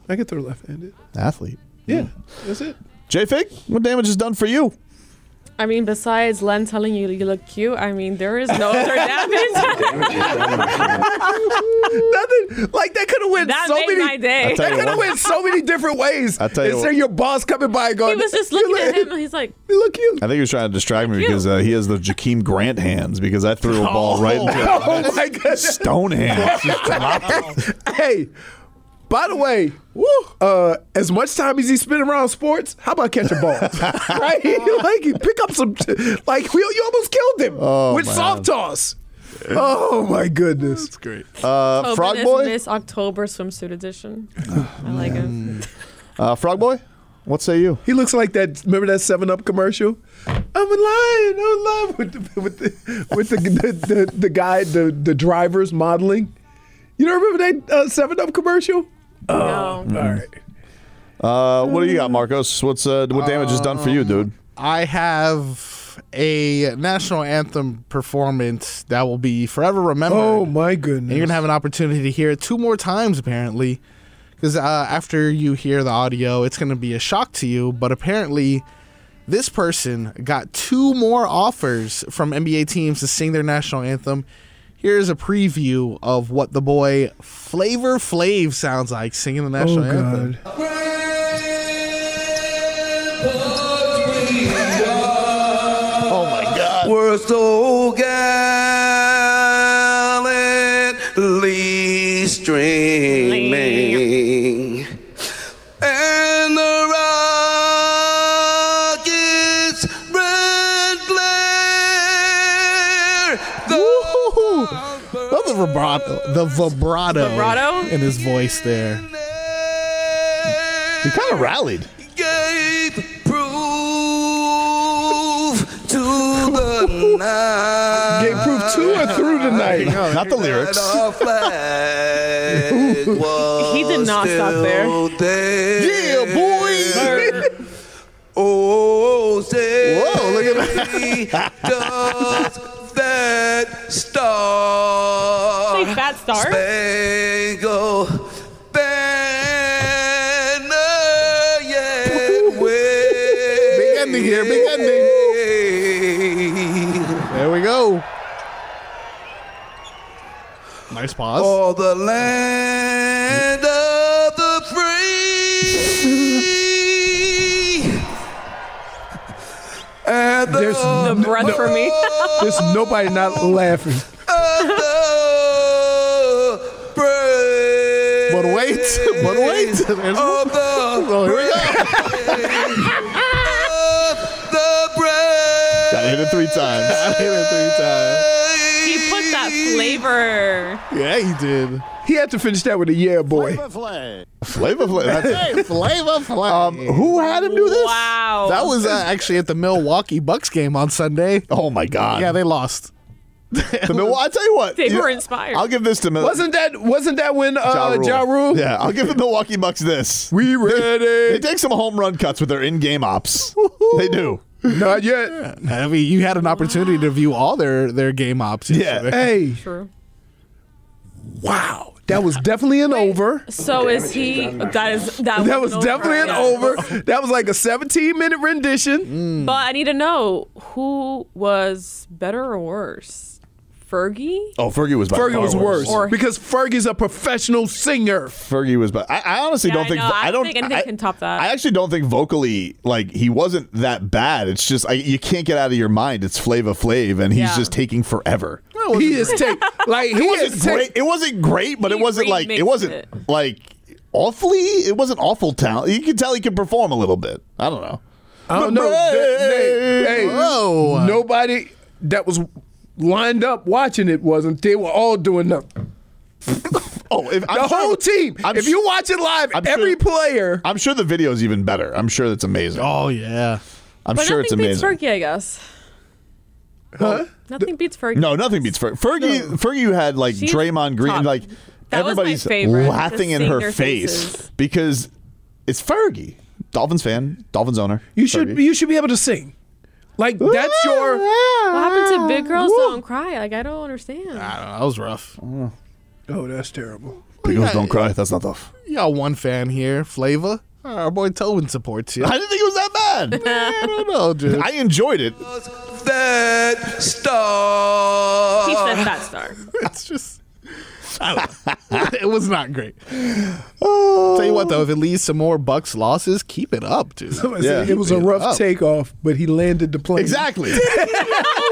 Speaker 4: I could throw left-handed.
Speaker 7: Athlete.
Speaker 4: Yeah, that's it.
Speaker 7: J Fig, what damage is done for you?
Speaker 5: I mean, besides Len telling you you look cute, I mean, there is no other damage.
Speaker 4: Nothing like that could have went
Speaker 5: That
Speaker 4: so
Speaker 5: made
Speaker 4: many.
Speaker 5: my day. I'll tell
Speaker 4: That
Speaker 5: you
Speaker 4: could have
Speaker 5: what.
Speaker 4: went so many different ways.
Speaker 7: I'll tell you
Speaker 4: Instead,
Speaker 7: what.
Speaker 4: your boss coming by, going,
Speaker 5: he was just
Speaker 4: "You
Speaker 5: looking at
Speaker 4: look-
Speaker 5: him. and He's like,
Speaker 4: You look cute.
Speaker 7: I think he was trying to distract me because uh, he has the Jakeem Grant hands because I threw a ball right into
Speaker 4: Oh my goodness.
Speaker 7: stone hands.
Speaker 4: hey, by the way, woo, uh, as much time as he spent around sports, how about catch a ball? right? like he pick up some like we, you almost killed him
Speaker 7: Oh,
Speaker 4: with
Speaker 7: man.
Speaker 4: soft toss. Oh my goodness. That's
Speaker 7: great.
Speaker 8: Oh,
Speaker 7: Uh,
Speaker 5: Tobin
Speaker 7: Frog
Speaker 5: is
Speaker 7: Boy,
Speaker 5: Miss October swimsuit edition. I like it.
Speaker 7: Mm. uh, Frog Boy, what say you?
Speaker 4: He looks like that. Remember that Seven Up commercial? I I'm in line. I'm in line with the with the with the the, the, the guy the the drivers modeling. You don't remember that uh, Seven Up commercial?
Speaker 7: Oh, all right. Uh, what do you got, Marcos? What's uh, what damage is done for you, dude?
Speaker 6: I have a national anthem performance that will be forever remembered. Oh
Speaker 4: my goodness!
Speaker 6: And you're gonna have an opportunity to hear it two more times apparently, because uh, after you hear the audio, it's gonna be a shock to you. But apparently, this person got two more offers from NBA teams to sing their national anthem. Here's a preview of what the boy Flavor Flav sounds like singing the national
Speaker 4: Oh,
Speaker 6: anthem.
Speaker 8: Oh
Speaker 7: my God.
Speaker 8: We're so gallantly streaming. And the rockets red glare.
Speaker 6: Woo-hoo-hoo. Love the vibrato, the vibrato,
Speaker 8: Vibrato?
Speaker 6: in his voice there.
Speaker 7: He kind of rallied.
Speaker 8: gave proof to the night.
Speaker 4: Gave proof to or through the night?
Speaker 7: Not the lyrics.
Speaker 8: That our flag was
Speaker 7: He did not stop there.
Speaker 8: still there.
Speaker 7: Yeah, boy.
Speaker 8: oh, say Whoa, look at that. does that star
Speaker 9: Say fat star?
Speaker 8: spangle banner yet wave
Speaker 6: Big ending here, big ending. There we go. Nice pause.
Speaker 8: for the land of the free and
Speaker 4: There's
Speaker 8: the,
Speaker 4: n- no- Uh, There's nobody not laughing.
Speaker 6: But wait, but wait. There's more. Oh, here we go.
Speaker 7: Got hit it three times.
Speaker 6: hit it three times.
Speaker 9: He put that flavor.
Speaker 6: Yeah, he did.
Speaker 4: He had to finish that with a yeah, boy.
Speaker 7: Flavor Flav. That's it.
Speaker 6: Flavor Flav. Um,
Speaker 7: who had him do this?
Speaker 9: Wow.
Speaker 6: That was uh, actually at the Milwaukee Bucks game on Sunday.
Speaker 7: Oh my God.
Speaker 6: Yeah, they lost.
Speaker 7: The Mil- I tell you what.
Speaker 9: They
Speaker 7: you
Speaker 9: were
Speaker 7: know,
Speaker 9: inspired.
Speaker 7: I'll give this to Mil-
Speaker 4: Wasn't that wasn't that when uh,
Speaker 7: Ja
Speaker 4: Ja Rule?
Speaker 7: Yeah, I'll give the Milwaukee Bucks this. We
Speaker 4: ready.
Speaker 7: They, take some home run cuts with their in-game ops. they do.
Speaker 4: Not yet.
Speaker 6: I mean, you had an opportunity to view all their their game ops.
Speaker 7: Yeah.
Speaker 4: Hey.
Speaker 9: True.
Speaker 4: Wow. That was definitely an over.
Speaker 9: So is he? That is that.
Speaker 4: That was
Speaker 9: over,
Speaker 4: definitely an
Speaker 9: yeah.
Speaker 4: over. That was like a 17 minute
Speaker 7: Mm.
Speaker 4: rendition.
Speaker 9: But I need to know who was better or worse, Fergie?
Speaker 7: Oh, Fergie was by
Speaker 4: Fergie
Speaker 7: far
Speaker 4: was worse
Speaker 9: Or-
Speaker 4: because Fergie's a professional singer.
Speaker 7: Fergie was by. I, I honestly
Speaker 9: Yeah,
Speaker 7: don't
Speaker 9: I
Speaker 7: think.
Speaker 9: know. I
Speaker 7: I
Speaker 9: don't
Speaker 7: don't
Speaker 9: think anything
Speaker 7: I-
Speaker 9: can top that.
Speaker 7: I actually don't think vocally, like he wasn't that bad. It's just I, you can't get out of your mind. It's Flava Flav, and he's
Speaker 9: Yeah.
Speaker 7: just taking forever.
Speaker 4: He is take like
Speaker 7: It
Speaker 4: he
Speaker 7: wasn't
Speaker 4: is
Speaker 7: great.
Speaker 4: take,
Speaker 7: It wasn't great, but it
Speaker 9: He
Speaker 7: wasn't like
Speaker 9: remixed
Speaker 7: it wasn't
Speaker 9: it.
Speaker 7: like awfully. It wasn't awful talent. You could tell he could perform a little bit. I don't know.
Speaker 4: I don't know. Th- Hey, hey,
Speaker 6: Whoa.
Speaker 4: nobody that was lined up watching it wasn't. They were all doing nothing.
Speaker 7: Oh, if,
Speaker 4: The whole team. If you watch it live, every player.
Speaker 7: I'm sure the video is even better. I'm sure that's amazing.
Speaker 6: Oh yeah.
Speaker 7: I'm
Speaker 9: but
Speaker 7: sure it's
Speaker 9: nothing
Speaker 7: amazing.
Speaker 9: beats Fergie, I guess.
Speaker 4: Huh?
Speaker 9: Nothing beats Fergie.
Speaker 7: No, nothing beats Fer- Fergie. Fergie had like
Speaker 9: She's
Speaker 7: Draymond Green,
Speaker 9: top.
Speaker 7: like
Speaker 9: That was my
Speaker 7: everybody's
Speaker 9: favorite,
Speaker 7: laughing
Speaker 9: to
Speaker 7: in
Speaker 9: see
Speaker 7: her
Speaker 9: their
Speaker 7: face
Speaker 9: faces.
Speaker 7: because it's Fergie, Dolphins fan, Dolphins owner.
Speaker 4: You should you should be able to sing. Like that's your
Speaker 9: What happened to big girls don't cry? Like I don't understand.
Speaker 6: That was rough.
Speaker 4: Oh, that's terrible.
Speaker 7: Because don't cry. That's not tough.
Speaker 6: You got one fan here, Flavor. Our boy Tobin supports you.
Speaker 7: I didn't think it was that bad.
Speaker 6: I don't know, dude.
Speaker 7: I enjoyed it.
Speaker 8: that star
Speaker 9: He said that star.
Speaker 6: it's just. I don't know. it was not great. Tell you what, though, if it leads to more Bucks losses, keep it up, dude.
Speaker 4: Somebody said It was a
Speaker 6: Keep
Speaker 4: rough
Speaker 6: up.
Speaker 4: takeoff, but he landed the plane.
Speaker 7: Oh. Exactly.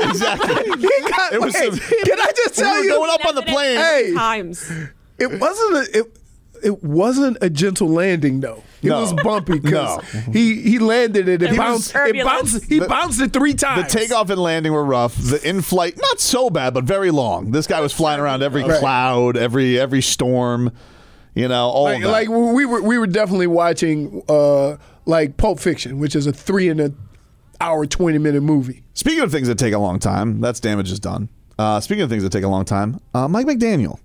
Speaker 7: exactly.
Speaker 4: He got,
Speaker 7: It was
Speaker 4: hey,
Speaker 7: a-
Speaker 4: can I just
Speaker 7: We
Speaker 4: tell
Speaker 7: were
Speaker 4: you?
Speaker 7: going up on the plane.
Speaker 4: Hey,
Speaker 9: Times.
Speaker 4: it wasn't a, it. It wasn't a gentle landing though. It
Speaker 7: No.
Speaker 4: was bumpy because
Speaker 7: No.
Speaker 4: he he landed it. It
Speaker 9: It was
Speaker 4: bounced. It
Speaker 9: turbulence.
Speaker 4: bounced. He
Speaker 7: The-
Speaker 4: bounced it three
Speaker 7: The
Speaker 4: times.
Speaker 7: takeoff and landing were rough. The in-flight, not so bad, but very long. This guy was flying around every cloud, every every storm. You know, all
Speaker 4: like,
Speaker 7: of that.
Speaker 4: like, we were we were definitely watching uh like Pulp Fiction, which is a three and a hour, 20 minute movie.
Speaker 7: Speaking of things that take a long time, that's damage is done. Uh, speaking of things that take a long time, uh, Mike McDaniel.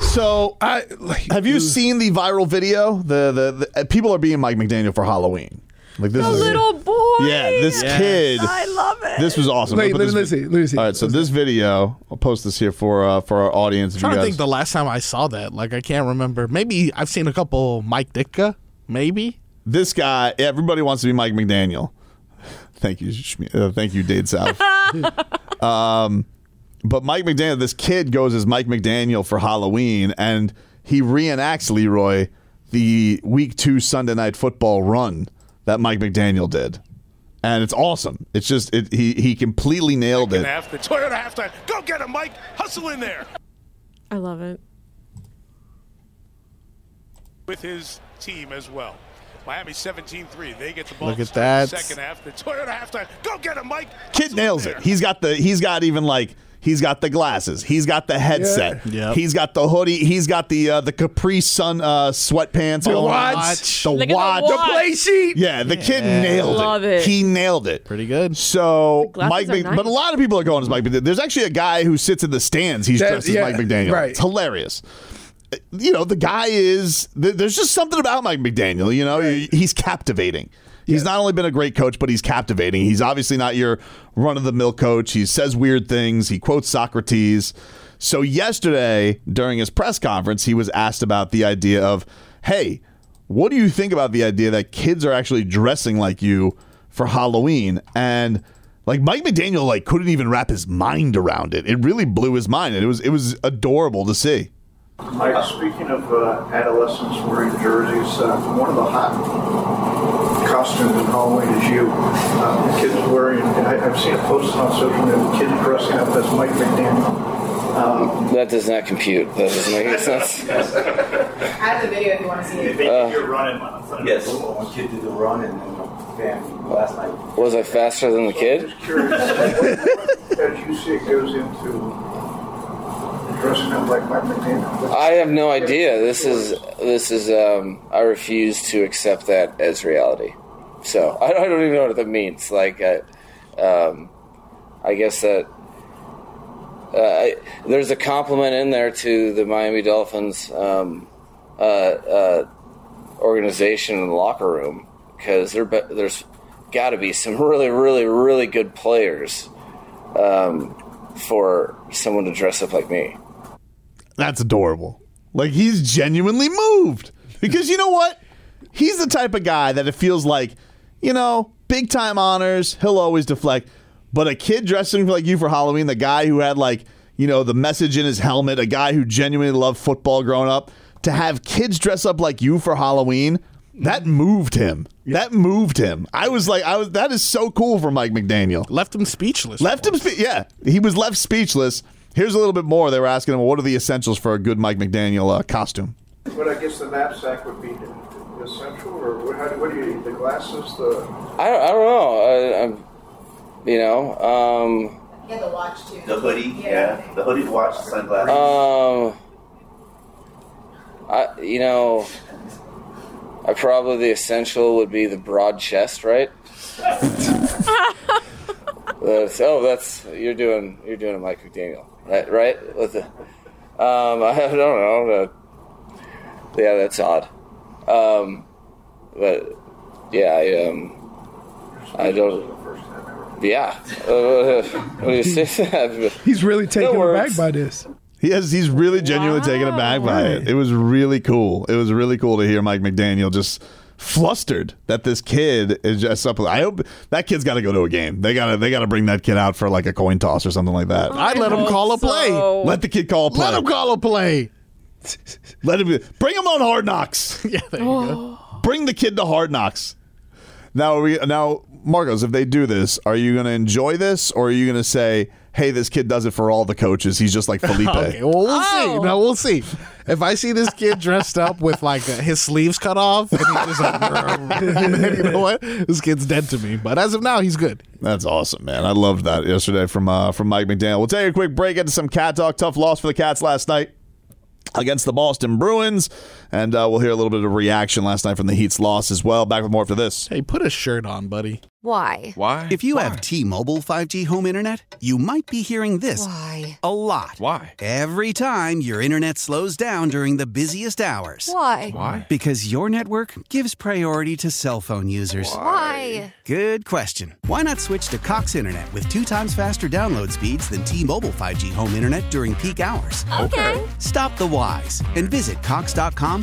Speaker 7: So, I have you seen the viral video? The the, the uh, people are being Mike McDaniel for Halloween. Like this
Speaker 9: the
Speaker 7: is-
Speaker 9: little boy.
Speaker 7: Yeah, this kid.
Speaker 9: I love it.
Speaker 7: This was awesome.
Speaker 4: Wait,
Speaker 7: Put
Speaker 4: let-
Speaker 7: this-
Speaker 4: let's see, let's see.
Speaker 7: All right, so this video, I'll post this here for uh, for our audience. if
Speaker 6: trying
Speaker 7: you
Speaker 6: to
Speaker 7: guys-
Speaker 6: think the last time I saw that. Like I can't remember. Maybe I've seen a couple Mike Ditka. Maybe.
Speaker 7: this guy, everybody wants to be Mike McDaniel. Thank you, Shmi- uh, thank you, Dade South. um, but Mike McDaniel, this kid goes as Mike McDaniel for Halloween, and he reenacts Leroy the Week Two Sunday Night Football run that Mike McDaniel did, and it's awesome. It's just it, he he completely nailed it.
Speaker 3: half the Toyota halftime. Go get him, Mike. Hustle in there.
Speaker 9: I love it.
Speaker 3: With his team as well. Miami 17-3. They get the ball.
Speaker 7: Look
Speaker 3: to
Speaker 7: at
Speaker 3: start the
Speaker 7: that.
Speaker 3: Second half. The Toyota halftime. Go get him, Mike.
Speaker 7: Kid nails it. He's got the he's got even like he's got the glasses. He's got the headset.
Speaker 6: Yeah. Yep.
Speaker 7: He's got the hoodie. He's got the uh, the Capri Sun uh, sweatpants.
Speaker 4: The
Speaker 7: going on.
Speaker 4: watch.
Speaker 7: The
Speaker 4: Look at the
Speaker 7: watch.
Speaker 4: watch. The play sheet.
Speaker 7: Yeah, the kid nailed
Speaker 4: Love
Speaker 7: it.
Speaker 4: it.
Speaker 7: He nailed it. Pretty good. So Mike,
Speaker 4: glasses are
Speaker 7: Mc-
Speaker 4: nice.
Speaker 7: but a lot of people are going as Mike McDaniel. There's actually a guy who sits in the stands. He's
Speaker 4: That-
Speaker 7: dressed as
Speaker 4: yeah,
Speaker 7: Mike McDaniel.
Speaker 4: right.
Speaker 7: It's hilarious. You know, the guy is th- there's just something about Mike McDaniel. You know, He- he's captivating. He's not only been a great coach, but he's captivating. He's obviously not your run of the mill coach. He says weird things. He quotes Socrates. So, yesterday during his press conference, he was asked about the idea of, hey, what do you think about the idea that kids are actually dressing like you for Halloween? And like Mike McDaniel like couldn't even wrap his mind around it. It really blew his mind and it was it was adorable to see.
Speaker 14: Mike, speaking of uh, adolescents wearing jerseys, uh, one of the hot costumes in Halloween is you. Uh, the kids wearing, I, I've seen it posted on social media, kids dressing up as Mike McDaniel. Um,
Speaker 15: That does not compute. That doesn't make any sense.
Speaker 16: I have the video if you want to see it.
Speaker 15: Uh,
Speaker 14: running on Sunday.
Speaker 15: Yes.
Speaker 14: One kid did the run and then bam, last night.
Speaker 15: was I faster than the kid?
Speaker 14: As you see, it goes into dressing up like Mike McDaniel.
Speaker 15: I have no idea. This is this is. Um, I refuse to accept that as reality. So I don't, I don't even know what that means. Like, I, um, I guess that uh, I, there's a compliment in there to the Miami Dolphins um, uh, uh, organization and locker room because there be- there's got to be some really, really, really good players um, for someone to dress up like me.
Speaker 7: That's adorable. Like he's genuinely moved because you know what? He's the type of guy that it feels like, you know, big time honors, he'll always deflect. But a kid dressing like you for Halloween, the guy who had like, you know, the message in his helmet, a guy who genuinely loved football growing up, to have kids dress up like you for Halloween, that moved him. That moved him. I was like, I was that is so cool for Mike McDaniel.
Speaker 6: Left him speechless.
Speaker 7: Left him spe- yeah. He was left speechless. Here's a little bit more. They were asking him, what are the essentials for a good Mike McDaniel uh, costume?
Speaker 14: But I guess the knapsack would be essential, or what, how, do- what do you, the glasses, the...
Speaker 15: I don't, I don't know. I, I'm, you know, um,
Speaker 16: He had the watch too.
Speaker 17: The hoodie, yeah. The hoodie, the watch, the sunglasses.
Speaker 15: um, I, you know, I probably the essential would be the broad chest, right? that's, oh, that's you're doing you're doing a Mike McDaniel, right? Right? With the, um, I don't know. The, yeah, that's odd. Um, but yeah, I, um, I don't. Yeah. Uh, what do you say?
Speaker 4: He's really taken aback by this.
Speaker 7: He has, he's really genuinely taken aback by it. It was really cool. It was really cool to hear Mike McDaniel just flustered that this kid is just up. I hope that kid's got to go to a game. They gotta they gotta bring that kid out for like a coin toss or something like
Speaker 4: Oh
Speaker 7: that.
Speaker 6: I'd let him call a play.
Speaker 7: Let the kid call a play.
Speaker 6: Let him call a play.
Speaker 7: Let him bring him on Hard Knocks. yeah,
Speaker 6: there you
Speaker 4: Oh.
Speaker 6: go.
Speaker 7: Bring the kid to Hard Knocks. Now are we now Marcos, if they do this, are you going to enjoy this or are you going to say, "Hey, this kid does it for all the coaches. He's just like Felipe."
Speaker 6: okay, well, we'll see. Now we'll see. If I see this kid dressed up with like uh, his sleeves cut off, and he's just like, then you know what? This kid's dead to me. But as of now, he's good.
Speaker 7: That's awesome, man. I loved that yesterday from uh, from Mike McDaniel. We'll take a quick break into some cat talk. Tough loss for the Cats last night against the Boston Bruins, and uh, we'll hear a little bit of reaction last night from the Heat's loss as well. Back with more after this.
Speaker 6: Hey, put a shirt on, buddy.
Speaker 8: Why?
Speaker 18: Why? If you have T-Mobile 5G home internet, you might be hearing this
Speaker 8: Why?
Speaker 18: a lot. Why? Every time your internet slows down during the busiest hours.
Speaker 8: Why?
Speaker 18: Because your network gives priority to cell phone users.
Speaker 8: Why?
Speaker 18: Good question. Why not switch to Cox Internet with two times faster download speeds than T-Mobile 5G home internet during peak hours?
Speaker 8: Okay.
Speaker 18: Stop the whys and visit cox.com